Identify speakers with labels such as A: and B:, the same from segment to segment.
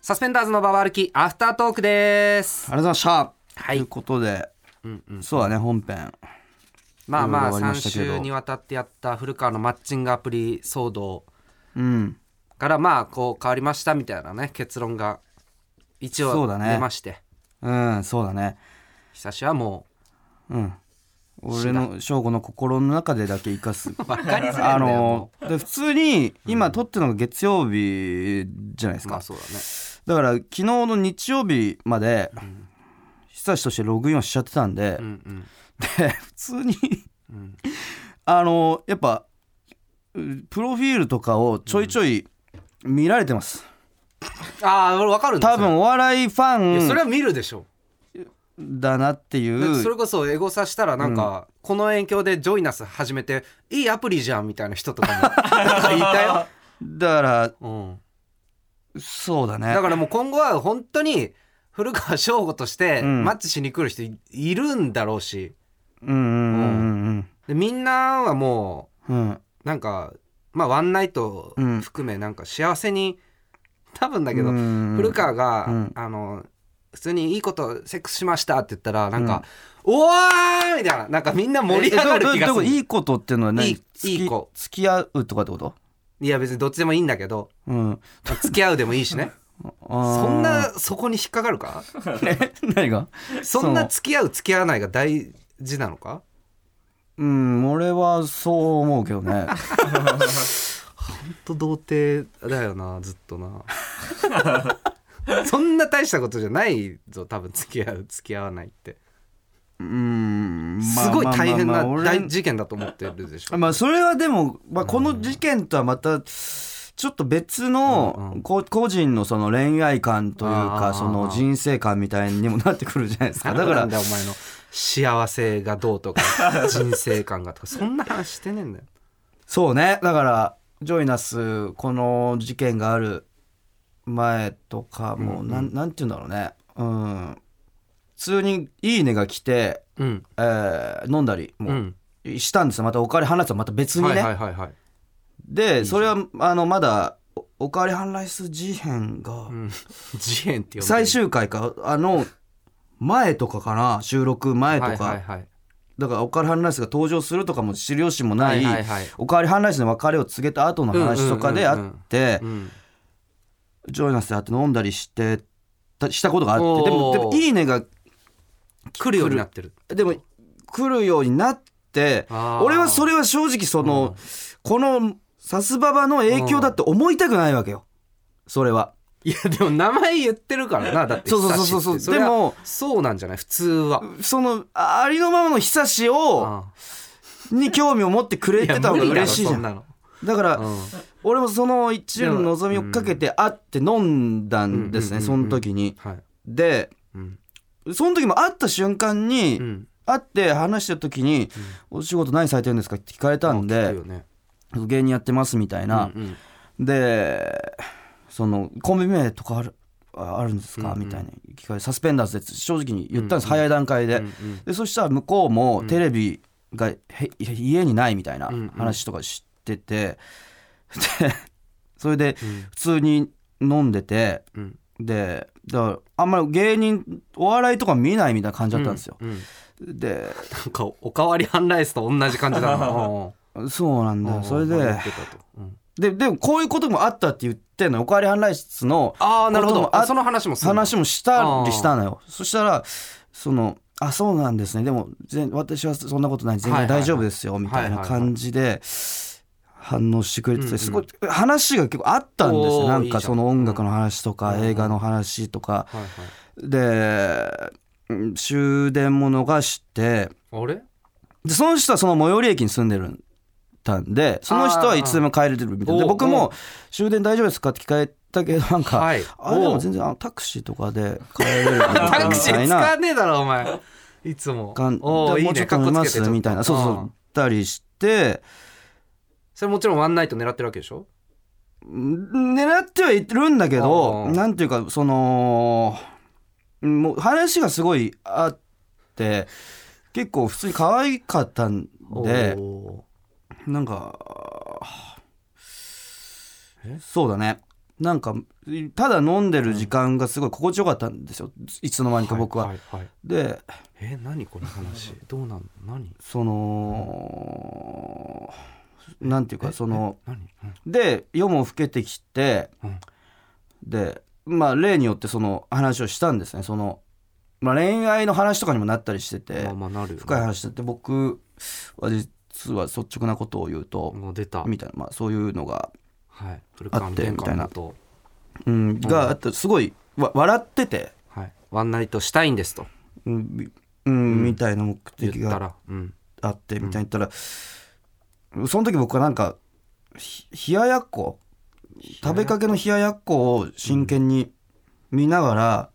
A: サスペンダーズのババ歩きアフタートークです
B: ありがとうございました。
A: はい
B: ということで、そうだね、本編。
A: まあまあ
B: いろいろありま
A: 3
B: したけど
A: 週にわたってやった古川のマッチングアプリ騒動
B: うん。
A: からまあこう変わりましたみたいなね結論が一
B: そ
A: 応
B: うだね
A: 出まして、
B: うん、そうだね。
A: 久しはも
B: うん。俺の翔吾の心の中でだけ生か す。
A: う分かりづら
B: あ
A: いんだよ
B: の
A: も
B: で普通に今撮ってるのが月曜日じゃないです
A: うま
B: か
A: あ、そうだね
B: だから昨日の日曜日まで久しとしてログインをしちゃってたんで、
A: うん
B: で 普通に
A: うんうん
B: あのやっぱうプロフィールとかをちょいちょい見られてます、
A: ああ俺分かるんだ
B: 多分お笑いフ
A: それいやそれ
B: ァ
A: は
B: ン
A: 見るでしょ
B: だなってい
A: だってそうれこそエゴサしたらなんか、この影響でジョイナス始めていいアプリじゃんみたいな人とかもなんかいたよ、
B: だから
A: うん、
B: そうだね
A: だからもう今後は本当に古川翔吾として
B: うん
A: マッチしに来る人いいるんだろうし
B: うんうんうん
A: でみんなはも
B: うんうん
A: うなんかまあワンナイト
B: うん
A: 含めなんか幸せに多分だけど
B: うん
A: 古川が、
B: うん
A: あの普通にいいことセックスしましたって言ったらなんか「おーい!」みたいななんかみんな盛り上がる気
B: え
A: がす
B: どうどうどういうことい
A: る
B: いことっていうのは何
A: いい
B: 付き
A: いい子
B: 付き合うとかってこと
A: いや別にどっちでもいいんだけど
B: うん
A: 付き合うでもいいし ねそ
B: そ
A: んなそこに引っかかるか
B: 何が
A: そんな付き合う付き合わないが大事なのか
B: うん俺はそう思うけ どね
A: ほんと童貞だよなずっとなそんな大したことじゃないぞ多分付き合う付き合わないって
B: うん
A: すごい大変な大
B: 事
A: 事件だと思ってるでしょ、
B: まあそれはでも、まあ、この事件とはまたちょっと別
A: うんう
B: の
A: ん
B: こ個人のその恋愛観という
A: あ
B: か
A: ー
B: その人生観みたいにもなってくるじゃないで すかだ
A: だ
B: か
A: かららだお前の幸せがどうとか人生観がとかそんな話してねえんだよ
B: そうねだからジョイナスこの事件がある前とかも、なんなんて言うんだろうねうん普通に「いいね」が来て、
A: うん
B: えー飲んだり
A: う
B: も
A: ん
B: したんですよまたお金払ってはまた別に
A: は
B: ね、
A: いはいはいはい
B: でそれはあのまだお「おかわりハンライス事変」が
A: うん自変って呼んでる
B: 最終回かあの前とかかな収録前とか、
A: はいはい
B: だから「おかわりハンライス」が登場するとかも知る由もな
A: はい
B: い
A: はいはい
B: おかわりハンライスの別れを告げた後の話とかであって
A: うん
B: ジョイナスで会って飲んだりしてたしたことがあってでも
A: おー
B: でも「いいね」が
A: 来るようになってる
B: でも来るようになって
A: あー
B: 俺はそれは正直その、このサスババの影響だって思いたくないわけよそれは。
A: いやでも名前言ってるからなだって
B: そうそうそうそう
A: 久しってれは
B: でも
A: そうなんじゃない普通は
B: そのありのままの久しを
A: あ
B: に興味を持ってくれてた方が嬉しいじゃんだ
A: なの
B: から
A: うん
B: 俺もその一応の望みをかけて会って飲んだんですね
A: うん
B: その時に
A: はい
B: で
A: うん
B: その時も会った瞬間
A: う
B: に
A: ん
B: 会って話した時に「お仕事何されてるんですか?」って聞かれた
A: 聞
B: ん
A: く
B: で
A: よね
B: 「芸人やってます」みたいな
A: うんうん
B: でその「コンビ名とかあるああるんですか?」
A: うんうん
B: みたいな聞かれて「サスペンダーズ」です正直に言っ
A: うん
B: たんで
A: う
B: す
A: ん
B: 早い段階で
A: うんうん
B: でそしたら向こうもテレビがへ、家にないみたいな
A: うんうん
B: 話とか知ってて、でそれで
A: うん
B: 普通に飲んでて
A: うん
B: でだからあんまり芸人お笑いとか見ないみたいな感じだったんですよ、
A: うん
B: で
A: なんかおかわりハンライスと同じ感じだ なうん
B: そうなんだよそ
A: う
B: れ
A: ん
B: で
A: 言ってたとうん
B: ででもこういうこともあったって言ってんのよおかわりハンライスの
A: ああなるほ
B: こと
A: ど
B: もあ
A: あその話もするんだ
B: 話もしたりしたのよそしたらそのあそうなんですねでも全私はそんなことない全
A: は
B: 然
A: いはいは
B: 大
A: い
B: 丈夫ですよみたいな
A: はいはいはい
B: 感じで反応してくれ
A: う
B: て
A: んう
B: て
A: ん
B: すごい話が結構あったんです
A: お
B: よ
A: ー
B: なん
A: いいじゃ
B: か
A: ん
B: その音楽の話とか
A: うん
B: 映画の話とか
A: はいはい
B: でうん終電も逃して
A: あれ
B: でその人はその最寄り駅に住んでるたんでその人はいつでも帰れてるみたいなで
A: あー
B: 僕
A: お
B: も終電大丈夫ですかって聞かれたけどなんか、
A: はい
B: あれで
A: お
B: も
A: う
B: 全然あのタクシーとかで帰れるみ
A: タクシ
B: た
A: ー使
B: いな
A: わねえだろお前いつも
B: 感
A: おー
B: で
A: い
B: も
A: いう
B: ちょ
A: ね
B: っ
A: か
B: と飲
A: っ
B: み
A: こ
B: ま
A: つけて
B: す
A: ちょっと
B: みたいなそうそう
A: う
B: そうんったりして
A: それもちろんワンナイト狙ってるわけでしょ
B: うん狙ってはいるんだけど
A: うん
B: なんていうかそのもう話がすごいあって結構普通に可愛かったんで
A: おー
B: なんかそうだねなんかただ飲んでる時間がすごい心地よかったんですよいつの間にか僕は。
A: いはいい
B: で
A: え何この話どうなんの何
B: そのなんていうかその
A: 何うん
B: で夜も更けてきて
A: うん
B: でまあ例によってその話をしたんですねその、まあ、恋愛の話とかにもなったりしてて
A: まあまあなるよね
B: 深い話だって僕は実は率直なことを言うと
A: もう出た
B: みたいな、まあ、そういうのが、
A: はい古
B: あってみたいな
A: と
B: うん、があってすごいわ笑ってて、
A: はいワンナイトしたいんですと
B: うんみうん、みたいな目
A: 言
B: 的
A: った
B: が
A: らうん
B: あってみたいに言ったら、その時僕はなんかひ冷ややっこ食べかけの冷ややっこを真剣に見ながら、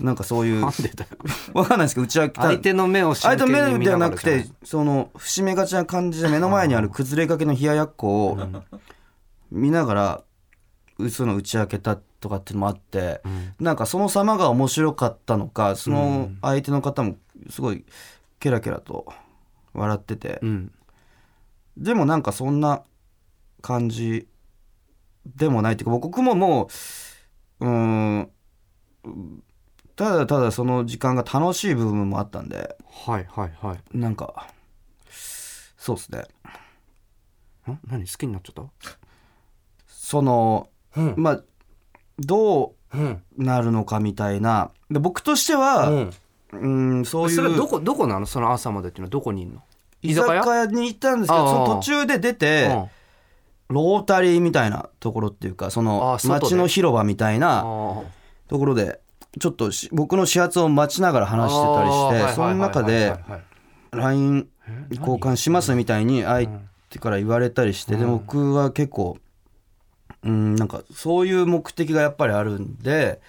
B: なんかそういう
A: なんで だよ
B: わかんないですけど打ち明けた
A: 相手の目を真
B: 相手
A: 剣に
B: の目
A: 見
B: では
A: が
B: な
A: ら
B: く
A: じゃ
B: てその節目がちな感じで目の前にある崩れかけの冷ややっこを見ながら嘘の打ち明けたとかっていうのもあって
A: うん
B: なんかその様が面白かったのかその相手の方もすごいケラケラと笑ってて
A: うん
B: でもなんかそんな感じでもないっていうか僕ももううーんただただその時間が楽しい部分もあったんで。
A: はいはいはい
B: なんかそうっすね
A: ん何好きになっちゃっ
B: その
A: たうん
B: まあど
A: うん
B: うなるのかみたいなで僕としてはうんそうい
A: それはど
B: う
A: こどこなのその朝までっていうのはどこにいんの
B: 居
A: 居
B: 酒
A: 酒屋
B: 屋に行ったんですけど
A: ああ
B: その途中で出てロータリーみたいなところっていうかそ
A: あ
B: の
A: あ外で
B: 街の広場みたいな
A: 話
B: ところでちょっとし僕の始発を待ちながら話してたりしてその中で LINE 交換しますみたいに相手から言われたりして、で僕は結構うんなんかそういう目的がやっぱりあるんで、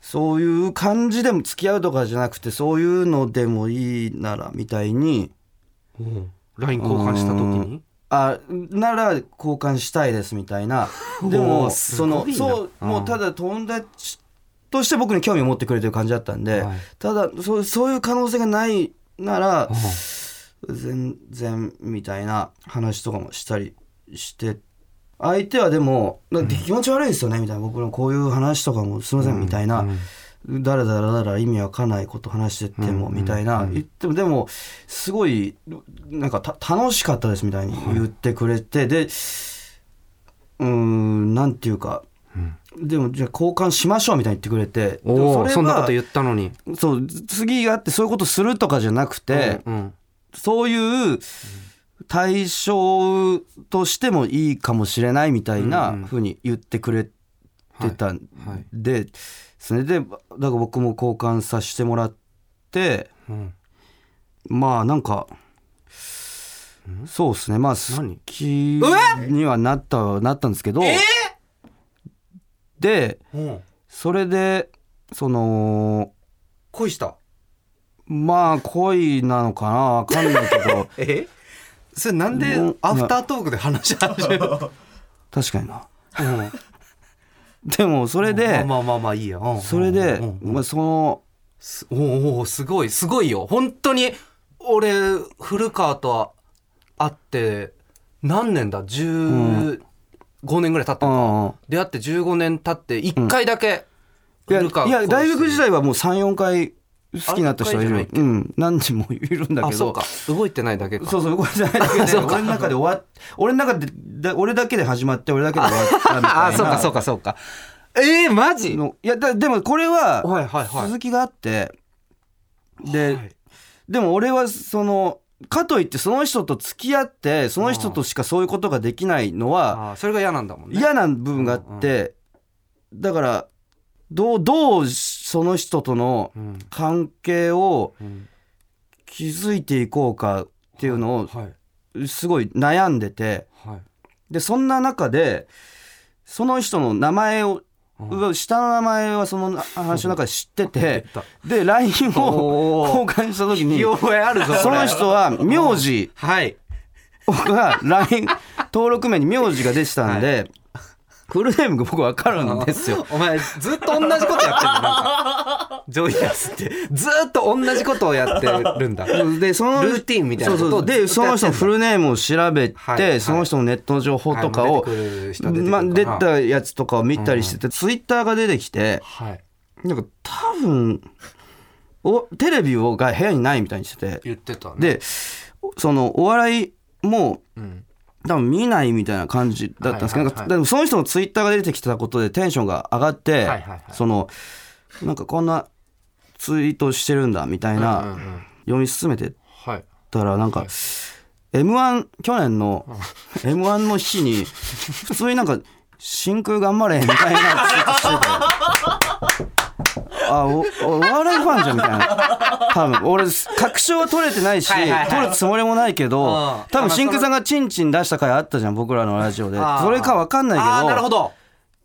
B: そういう感じでも付き合うとかじゃなくてそういうのでもいいならみたいに
A: LINE 交換した時に
B: あなら交換したいですみた いな
A: おー
B: でも
A: す
B: そ
A: ごいな
B: のそう
A: うん
B: もうただ友達として僕に興味を持ってくれてる感じだったんで、
A: はい
B: ただそうそういう可能性がないなら、全然みたいな話とかもしたりして相手はでもだって気持ち悪いですよねみたいな僕のこういう話とかもすいませんみたいな、だらだらだら意味わかんないこと話してってもみたいな言ってもでもすごいなんかた楽しかったですみたいに言ってくれてでうーんなんていうかでもじゃあ交換しましょうみたいに言ってくれてで
A: お
B: も
A: お
B: れ
A: そんなこと
B: は
A: 言ったのに
B: そう次があってそういうことするとかじゃなくて
A: うんうん
B: そういう対象としてもいいかもしれないみたい
A: うんう
B: なんふうに言ってくれてたん
A: はい
B: で、それでだから僕も交換させてもらって
A: うん
B: まあなんかそうですねまあ好
A: 何
B: きにはなったなったんですけど、で
A: うん
B: それでその
A: 恋した
B: まあ恋なのかなわかんないけ ど
A: えそれなんで
B: うん
A: アフタートークで話し始めるの
B: 確かにな
A: うん
B: でもそれ
A: ま
B: で、
A: あまあまあまあいいやうん
B: それで、
A: うんうん
B: まあ、その
A: すおーおーすごいすごいよ本当に俺古川と会って何年だ15年ぐらい経った
B: う
A: のか、
B: んうん
A: 出会って15年経って1回だけ
B: いや
A: 古川
B: いや大学時
A: 代
B: 代はもう34回好きになった人はい
A: あ
B: る
A: 一回じゃ
B: うん何人もいるんだ
A: あ
B: け
A: そう
B: ど
A: か動いてないだけか
B: そうそう動いてないだけで
A: そうか
B: 俺の中で終わっ俺の中でだ俺だけで始まって俺だけで終わったみたいな
A: あそうかそうかそうかえー、マジ
B: のいやだでもこれは
A: はいはいはい
B: 続きがあってで、
A: はい
B: でも俺はそのかといってその人と付き合ってその人としかそういうことができないのは
A: あーそれが嫌なんだもんね
B: 嫌な部分があって、だからどうどうその人との
A: うん
B: 関係を
A: うん
B: 築いていこうかっていうの
A: はい
B: をすごい悩んでて
A: はい
B: でそんな中でその人の名前を
A: うん
B: 下の名前はその話の中で知ってて
A: 出た
B: で LINE を交
A: おお
B: 換した時に
A: 見覚えあるぞ
B: そ
A: こ
B: の
A: れ
B: 人は名字
A: はい
B: が LINE 登録名に名字が出てたんでフルネームが僕わかるんですよ。
A: お前ずっと同じことやってるんだなんかジョイアスってずっと同じことをやってる んだ
B: でその
A: ルーティンみたいなことを
B: そうそうで
A: ずっと
B: そ
A: やっ
B: の
A: てんだ
B: 人のフルネームを調べて、
A: はいはい
B: その人のネットの情報とかを、
A: はい出てくる人出てくるか
B: ま
A: な
B: 出たやつとかを見たりしてて、ツイッターが出てきて
A: はい
B: なんか多分おテレビをが部屋にないみたいにしてて
A: 言ってたね
B: でそのお笑いも
A: うん
B: 多分見ないみたいな感じだったんですけど、
A: はいはいはい
B: なんかでもその人のツイッターが出てきたことでテンションが上がって、
A: はいはいはい
B: そのなんかこんなツイートしてるんだみたいな、
A: うんうん
B: 読み進めて
A: はい
B: ったらなんか、m 1去年の m 1の日に普通になんか「真空頑張れ」みたいなツイートしてて。あおおお笑いファンじゃんみたいな多分俺確証は取れてないし、
A: はいはいはい
B: 取るつもりもないけど
A: うん
B: 多分真空さんがチンチン出した回あったじゃん僕らのラジオで
A: あー
B: それか分かんないけ
A: ああ
B: ど
A: なるほど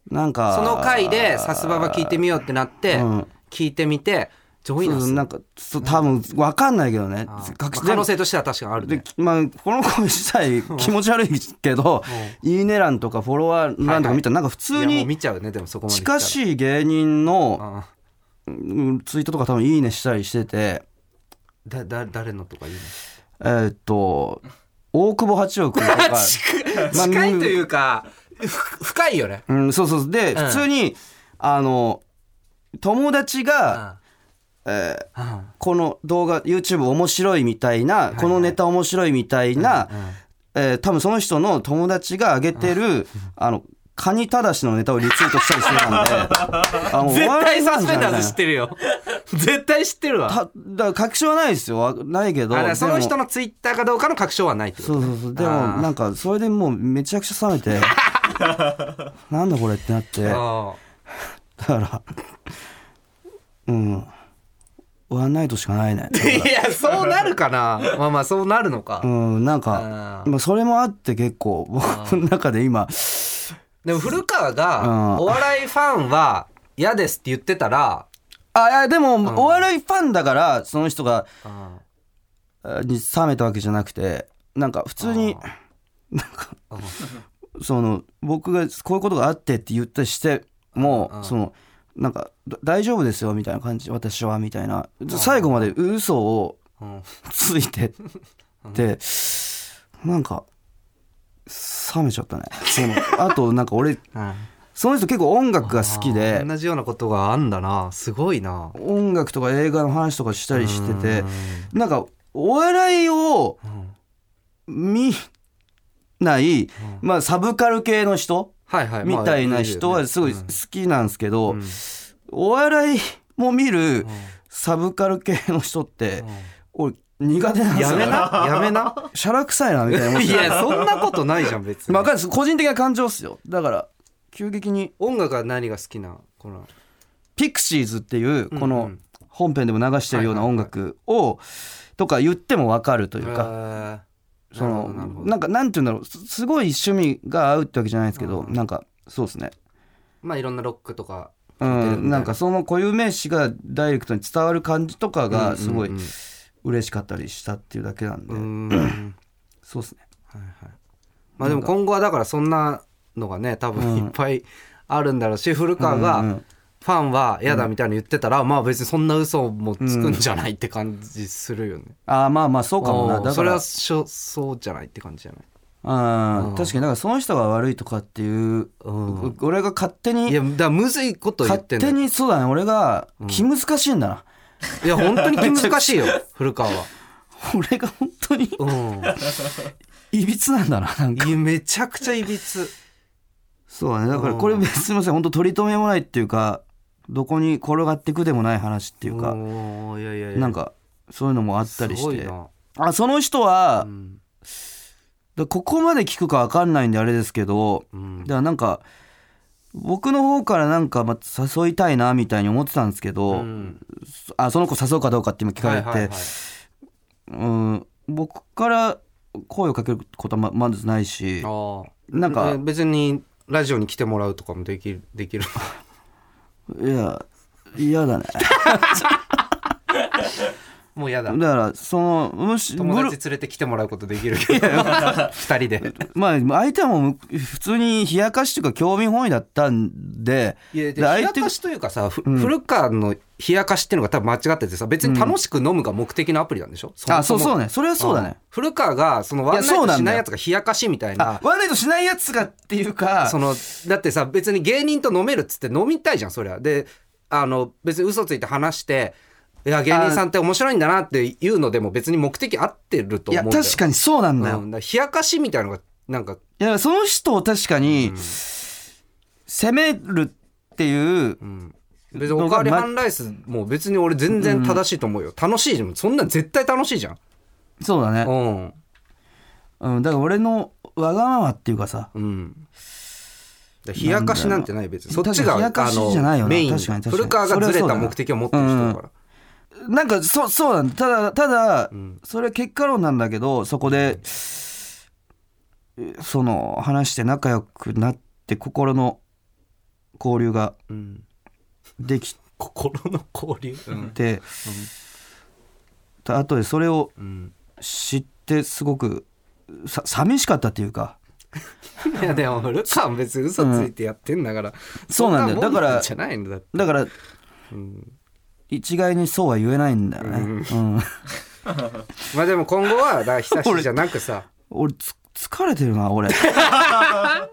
B: なんか
A: その回でさすばば聞いてみようってなって
B: うん
A: 聞いてみてジョイナ
B: そう
A: ス
B: なんかそう多分分かんないけどね
A: あー
B: 確証
A: 可能性としては確かにある
B: で
A: ね、
B: まあ、この子自体気持ち悪いけど、いいね欄とかフォロワー欄とか見たら、なんか普
A: い
B: 通
A: やもう
B: に
A: 見ちゃうねでもそこまで
B: 近
A: い
B: しい芸人のうんツイートとか多分いいねしたりしてて、
A: だだ誰のとかいいの
B: えーっと、大久保八億とか、まあ
A: 近いというか、ふ深いよね。
B: うん、そうそう。で、
A: うん
B: 普通に、あの、友達が、えー
A: うん
B: この動画 YouTube 面白いみたいなこのネタ面白いみたいなえー多分その人の友達が上げてるあのカニただしのネタをリツイートしたりしてたん であもう
A: 絶
B: お笑
A: 対
B: いファ
A: サ
B: ン
A: ス
B: じ
A: ペ
B: ゃ
A: ン
B: んみた
A: ダー
B: いな
A: ズ知ってるよ。絶対知ってるわ。あ
B: ただから確証はないですよわないけど
A: だからその人
B: の
A: のツイッターかどうかの確証はないってこと
B: そうそうそうでも
A: あー
B: なんかそれでもうめちゃくちゃ冷め てなんだこれってなってだ
A: あ
B: からうん終わんないとしかな いね
A: あいや、そうなるかな。まあまあ、そうなるのか
B: う。んなんか
A: あー
B: まあ、それもあって結構僕の中で今
A: でも、古川
B: うん
A: が、お笑いファンは嫌ですって言ってたら、
B: あいやでもお笑いファンだからその人が
A: うん
B: あに冷めたわけじゃなくてなんか普通になんかその僕がこういうことがあってって言ったりして
A: う
B: も
A: ん
B: そのなんかだ大丈夫ですよみたいな感じ私はみたいな最後まで嘘を
A: うん
B: ついてってなんか冷めちゃったねそのあとなんか俺その人結構音楽が好きで
A: あー同じようなことがあんだな。すごいな。
B: 音楽とか映画の話とかしたりしててなんかお笑いを
A: うん
B: 見ない、まあ、サブカル系の人
A: はいはい。
B: み
A: まあ
B: たいな人はすごい好きなんですけど、
A: うん
B: お笑いも見る
A: うん
B: サブカル系の人って
A: うん
B: 俺苦手なんです
A: や
B: よ
A: めな、やめな。
B: シャラ臭いなみたいな思っ
A: い
B: て
A: や、そんなことないじゃん、別に。
B: まあわかるんです個人的な感情っすよだから急激に
A: 音楽は何が好きなこの。
B: ピクシーズっていうこ
A: う
B: の
A: ん
B: 本編でも流してるような音楽をとか言っても分かるというか、
A: か、
B: その
A: なるほど
B: なんかなんて言うんだろうすすごい趣味が合うってわけじゃないですけど、
A: うん
B: なんかそうですね
A: まあいろんなロックとか。
B: う
A: 聞いてるみたい
B: ん、なんかその固有名詞がダイレクトに伝わる感じとかがすごい
A: うんうん
B: 嬉しかったりしたっていうだけなんで、
A: うん。うーん
B: そうですね
A: まあでも今後はだからそんなのがね、多
B: う
A: 分
B: ん
A: いっぱいあるんだろうし、古川
B: うんう
A: が
B: ん
A: ファンは嫌だみたいに言ってたら、まあ別にそんな嘘もつくんじゃないって感じするよね。
B: ああまあまあそうかもな
A: お
B: だ
A: ー
B: から
A: それはしょそうじゃないって感じじゃない。
B: あ
A: うん
B: ー確かにだからその人が悪いとかっていう、
A: うん。
B: 俺が勝手に
A: いや、だからむずいこと言っ
B: 勝
A: てん
B: 手
A: だよ
B: にそうだね俺が気難しい んだな、
A: いや、本当に気難 しいよ、古川は。
B: 俺が本 当に
A: うん。
B: いびつなんだななんか
A: いやめちゃくちゃいびつ
B: そうだねだからこれ
A: うん
B: すみません本当取り留めもないっていうかどこに転がっていくでもない話っていうか
A: おーいやいやいや
B: なんかそういうのもあったり
A: す
B: し
A: ごい
B: て
A: な
B: あその人は
A: うん
B: だここまで聞くか分かんないんであれですけど
A: うん
B: だからなんか僕の方からなんかまた誘いたいなみたいに思ってたんですけど、
A: うん
B: あその子誘うかどうかって今聞かれて、
A: はいはいはい
B: うん僕から声をかけることはままずないし
A: あ
B: なん
A: あ
B: か
A: え別にラジオに来てもらうとかもできるで きる
B: いや嫌だね
A: もうやだ
B: だからそのもし
A: 友
B: グル
A: 達連れてきてもらうことできるけど2人で
B: まあ相手はもう普通に冷やかしというか興味本位だったんで
A: いやで
B: で相
A: 冷や
B: 手
A: かしというかさ、ふ
B: うん
A: 古川の冷やかしっていうのが多分間違っててさ別に楽しく飲むが目的のアプリなんでしょ、
B: あそうそう
A: ね
B: ねそれはそうだね
A: 古川がそのワンナイ
B: いやそう
A: ト
B: なん
A: し
B: だ
A: ない
B: よ
A: やつが冷やかしみたい
B: あ
A: な
B: 悪いとしないやつがっていうか
A: そのだってさ別に芸人と飲めるっつって飲みたいじゃんそりゃであの別に嘘ついて話していや芸人さんって面白いんだなっていうのでも別に目的合ってると
B: い
A: 思う
B: や
A: んだよ
B: 確かにそうなんだよ、
A: うんだから冷やかしみたいのがなんか
B: いやその人を確かに責めるっていう、
A: 別におかわりハンライスもう別に俺全然正しいと思うよ、楽しいじゃんそんなん絶対楽しいじゃん
B: そうだ
A: う
B: ね、
A: ん
B: うん、だから俺のわがままっていうかさ
A: うんだから冷やかしなんてない別にそっちが
B: 確かに冷やかしじゃない
A: あ
B: よな
A: のメイン
B: 確かに確かに
A: 古川がずれた目的を持ってる人だから
B: なんかそそうなんだただただ、それは結果論なんだけどそこでその話して仲良くなって心の交流が
A: うん
B: でき
A: 心の交流うん
B: て、あとでそれを
A: うん
B: 知ってすごくさ寂しかったっていうか
A: いやでも古川は別に嘘ついてやってんだから、
B: そうなんだよ
A: そも
B: だから
A: じゃないんだって
B: だから
A: うん
B: 一概にそうは言えないんだよね、うん、
A: まあでも今後はだから久しじゃなくさ
B: 俺つ疲れてるな 俺ラ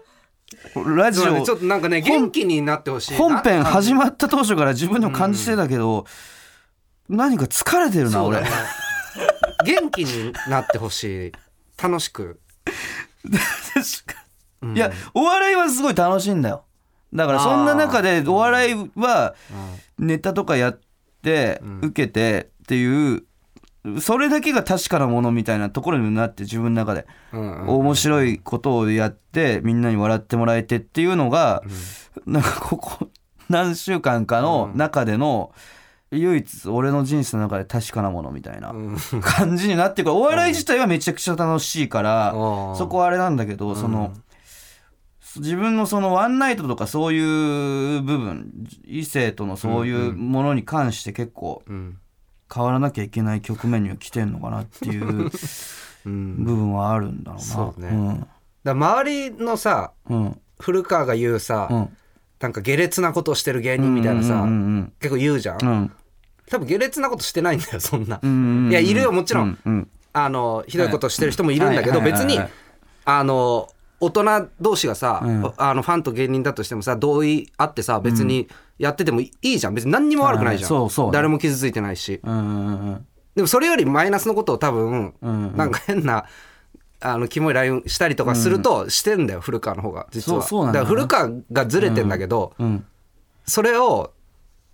B: ジ
A: そうだね
B: オ
A: ちょっとなんかね元気になってほしいな
B: 本編始まった当初から自分でも感じてたけど、何か疲れてるな
A: そう
B: 俺
A: だね元気になってほしい楽し く、うん
B: いやお笑いはすごい楽しいんだよだからそんな中でお笑いはネタとかやって
A: ん
B: 受けてっていうそれだけが確かなものみたいなところになって自分の中で
A: うんうん
B: 面白いことをやってみんなに笑ってもらえてっていうのがなんかここ何週間かの中での唯一俺の人生の中で確かなものみたいな
A: うん
B: 感じになってくるお笑い自体はめちゃくちゃ楽しいから
A: うん
B: そこはあれなんだけどその自分のそのワンナイトとかそういう部分異性とのそういうものに関して結構
A: うん
B: 変わらなきゃいけない局面には来てんのかなっていう
A: うん、
B: 部
A: だか
B: 分はあるんだろうな。
A: そうねら周りのさ
B: うんうん
A: 古川が言うさ、
B: うん
A: なんか下劣なことをしてる芸人みたいなさ、
B: うんうん
A: 結構言うじゃん、
B: うんうん
A: 多分下劣なことしてないんだよそんな、
B: うんうんうん
A: いやいるよもちろん、
B: ううん
A: あのひどいことしてる人もいるんだけど、
B: はいはいはい
A: 別に、
B: はい
A: あの大人同士がさ、
B: うん
A: あのファンと芸人だとしてもさ同意あってさ別にやっててもいいじゃん別に何にも悪くないじゃん、
B: はいはいそうそう
A: 誰も傷ついてないし
B: うんうんうん
A: でもそれよりマイナスのことを多分、
B: うんうん
A: なんか変なあのキモい LINE したりとかするとしてんだよ、古川の方が実は
B: そうそうなん
A: だ
B: だよ
A: から古川がずれてんだけど、
B: うん
A: それを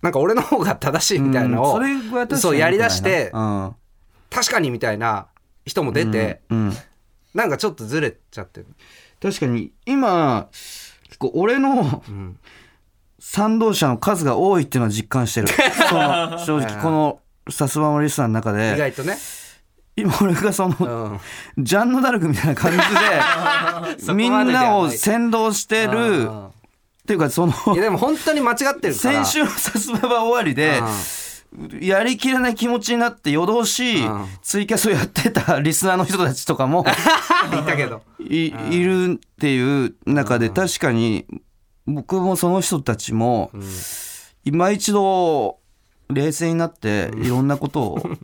A: なんか俺の方が正しいみたいなのを、
B: うんそれは確かに良くないな
A: そうやりだして
B: うん
A: 確かにみたいな人も出て、
B: うん
A: なんかちょっとずれちゃってる、
B: 確かに今結構俺の
A: うん、
B: 賛同者の数が多いっていうのは実感 してるその正直このさすがのリスナーの中
A: 意
B: で
A: 外とね、
B: 今俺がその
A: うん、
B: ジャンヌ・ダルクみたいな感 じでみんなを先導してるっ
A: あ
B: ていうかその
A: ーいやでも本当に間違ってるから
B: 先週のさすがは終わりでやりきれない気持ちになって夜通し
A: うん
B: ツイキャスをやってたリスナーの人たちと かも
A: 言ったけど
B: いいるっていう中で確かに僕もその人たちも今一度冷静になっていろんなことを考えなきゃい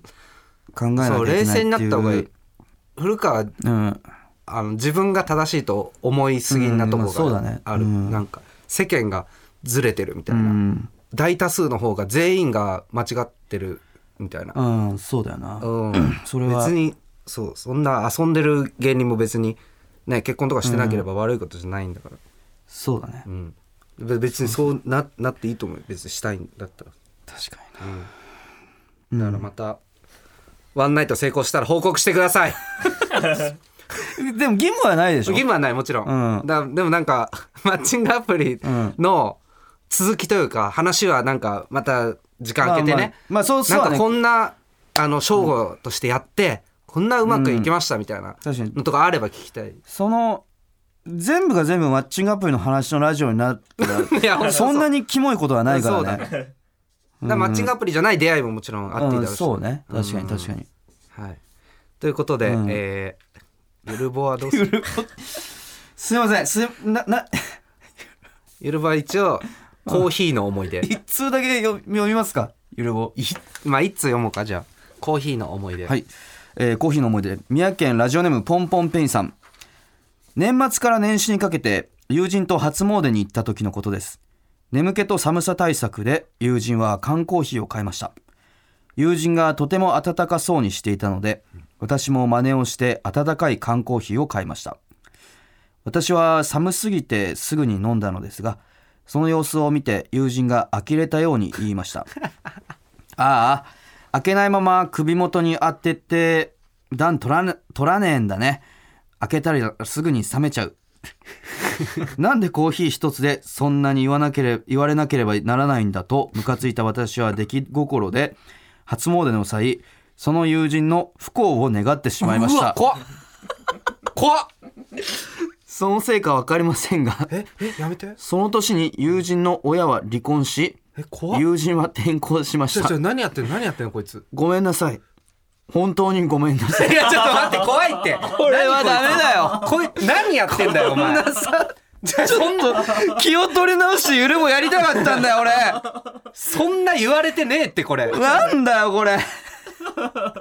B: けない
A: そう
B: っていう
A: 冷静になった方がいい古川
B: うん
A: あの自分が正しいと思いすぎなとこ
B: うんま
A: が
B: あそうだね
A: ある、
B: うん
A: なんか世間がずれてるみたいな、
B: うん
A: 大多数の方が全員が間違ってるみたいな、
B: うんそうだよな
A: うん
B: それは
A: 別にそうそんな遊んでる芸人も別に、ね、結婚とかしてなければ悪いことじゃないんだから、
B: そうだね
A: うんべ別にそうななっていいと思うよ別にしたいんだったら。
B: 確か
A: だからまた、ワンナイト成功したら報告してください。
B: になでも義務はないでしょ
A: 義務はない、もちろん。
B: うん
A: だでもなんか、 マッチングアプリ
B: ん
A: の続きというか、話はなんか、また時間空けて
B: まあま
A: ね
B: あ。まあそうそうだ
A: なん
B: ね
A: かこんな、あの、省吾としてやって、こんなうまくいきましたみたいな
B: 確かに
A: のとかあれば聞き たい。
B: その全部が全部マッチングアプリの話のラジオになった
A: いや本当
B: らそんなにキモいことはないからね
A: だからマッチングアプリじゃない出会いももちろんあっていただ
B: うん
A: くし
B: そうね確かに確かに
A: はい、ということで、
B: うん
A: えーゆるぼはどうす る
B: すいませんすいなな
A: ゆるぼは一応コーヒーの思い出
B: 一通だけ読み読みますかゆるぼ
A: まあ一通読もうかじゃあコーヒーの思い出、
B: はい、えーコーヒーの思い出宮城県ラジオネームポンポンペインさん年末から年始にかけて友人と初詣に行った時のことです眠気と寒さ対策で友人は缶コーヒーを買いました友人がとても温かそうにしていたので私も真似をして温かい缶コーヒーを買いました私は寒すぎてすぐに飲んだのですがその様子を見て友人が呆れたように言いましたああ開けないまま首元に当てて暖取ら,、ね、取らねえんだね開けたりすぐに冷めちゃう なんでコーヒー一つでそんなに言わなけれ言われなければならないんだとムカついた私は出来心で初詣の際その友人の不幸を願ってしまいました
A: 怖っ怖っ
B: そのせいか分かりませんが
A: ええやめて
B: その年に友人の親は離婚し
A: え怖っ
B: 友人は転校しま
A: ち
B: し
A: ょち
B: た
A: ょ何やってんの何やってんのこいつ
B: ごめんなさい本当にごめんなさい
A: いやちょっと待って怖いってこ
B: れはダメだよ
A: こいつ何やってんだよお前ちょっと
B: 気を取り直してゆるもやりたかったんだよ俺
A: そんな言われてねえってこれ
B: なんだよこれ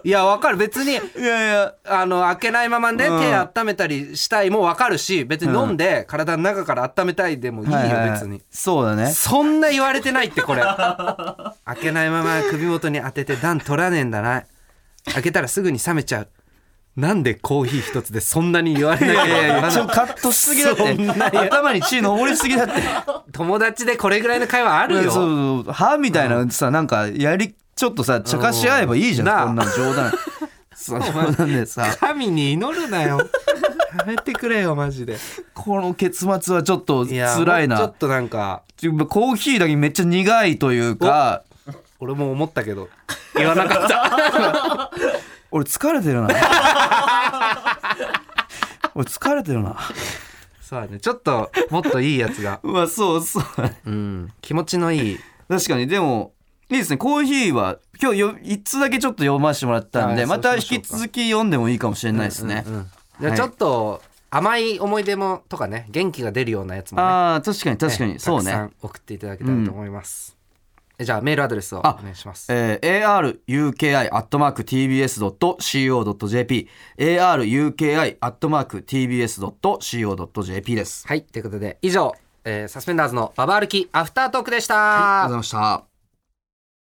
A: いやわかる別に
B: いやいや
A: あの開けないままね、
B: うん
A: 手温めたりしたいもわかるし別に飲んで、体の中から温めたいでもいいよ、
B: はは
A: 別に
B: そうだね
A: そんな言われてないってこれ 開けないまま首元に当てて暖取らねえんだな開けたらすぐに冷めちゃうなんでコーヒー一つでそんなに言われなきゃいけないのか
B: ちょ
A: な
B: カットしすぎだって
A: そんな
B: 頭に血上りすぎだって
A: 友達でこれぐ らいの会話ある
B: そう
A: よ
B: そう歯みたいなさなんかやりちょっとさ茶化し合えばいいじゃん
A: なあ
B: こんなの冗 談そうなんでさ
A: 神に祈るなよやめてくれよマジで
B: この結末はちょっと
A: いや
B: 辛い
A: もうちょ
B: な
A: っとなんか
B: コーヒーだけめっちゃ苦いというか
A: 俺も思ったけど言わなかった
B: 俺疲れて るな俺疲れてるな
A: そうだねちょっともっといいやつが、
B: まあそうそう
A: うん、気持ちのいい
B: 確かにでもいいですねコーヒーは今日よ一通だけちょっと読ませてもらったんで、
A: はい
B: また
A: そう
B: 引
A: しましょう
B: き
A: か
B: 続き読んでもいいかもしれないですね、
A: うんうんじゃ
B: は
A: あ
B: い
A: ちょっと甘い思い出もとかね元気が出るようなやつもね
B: ああ確かに確かに、
A: ね
B: そう
A: たくさ
B: ね
A: ん送っていただけたらと思います、えじゃあメールアドレスをお
B: あ
A: 願いします
B: えー、aruki.tbs.co.jp aruki.tbs.co.jp です
A: はいということで以上、えーサスペンダーズのババ歩きアフタートークでした、
B: ありがとうございました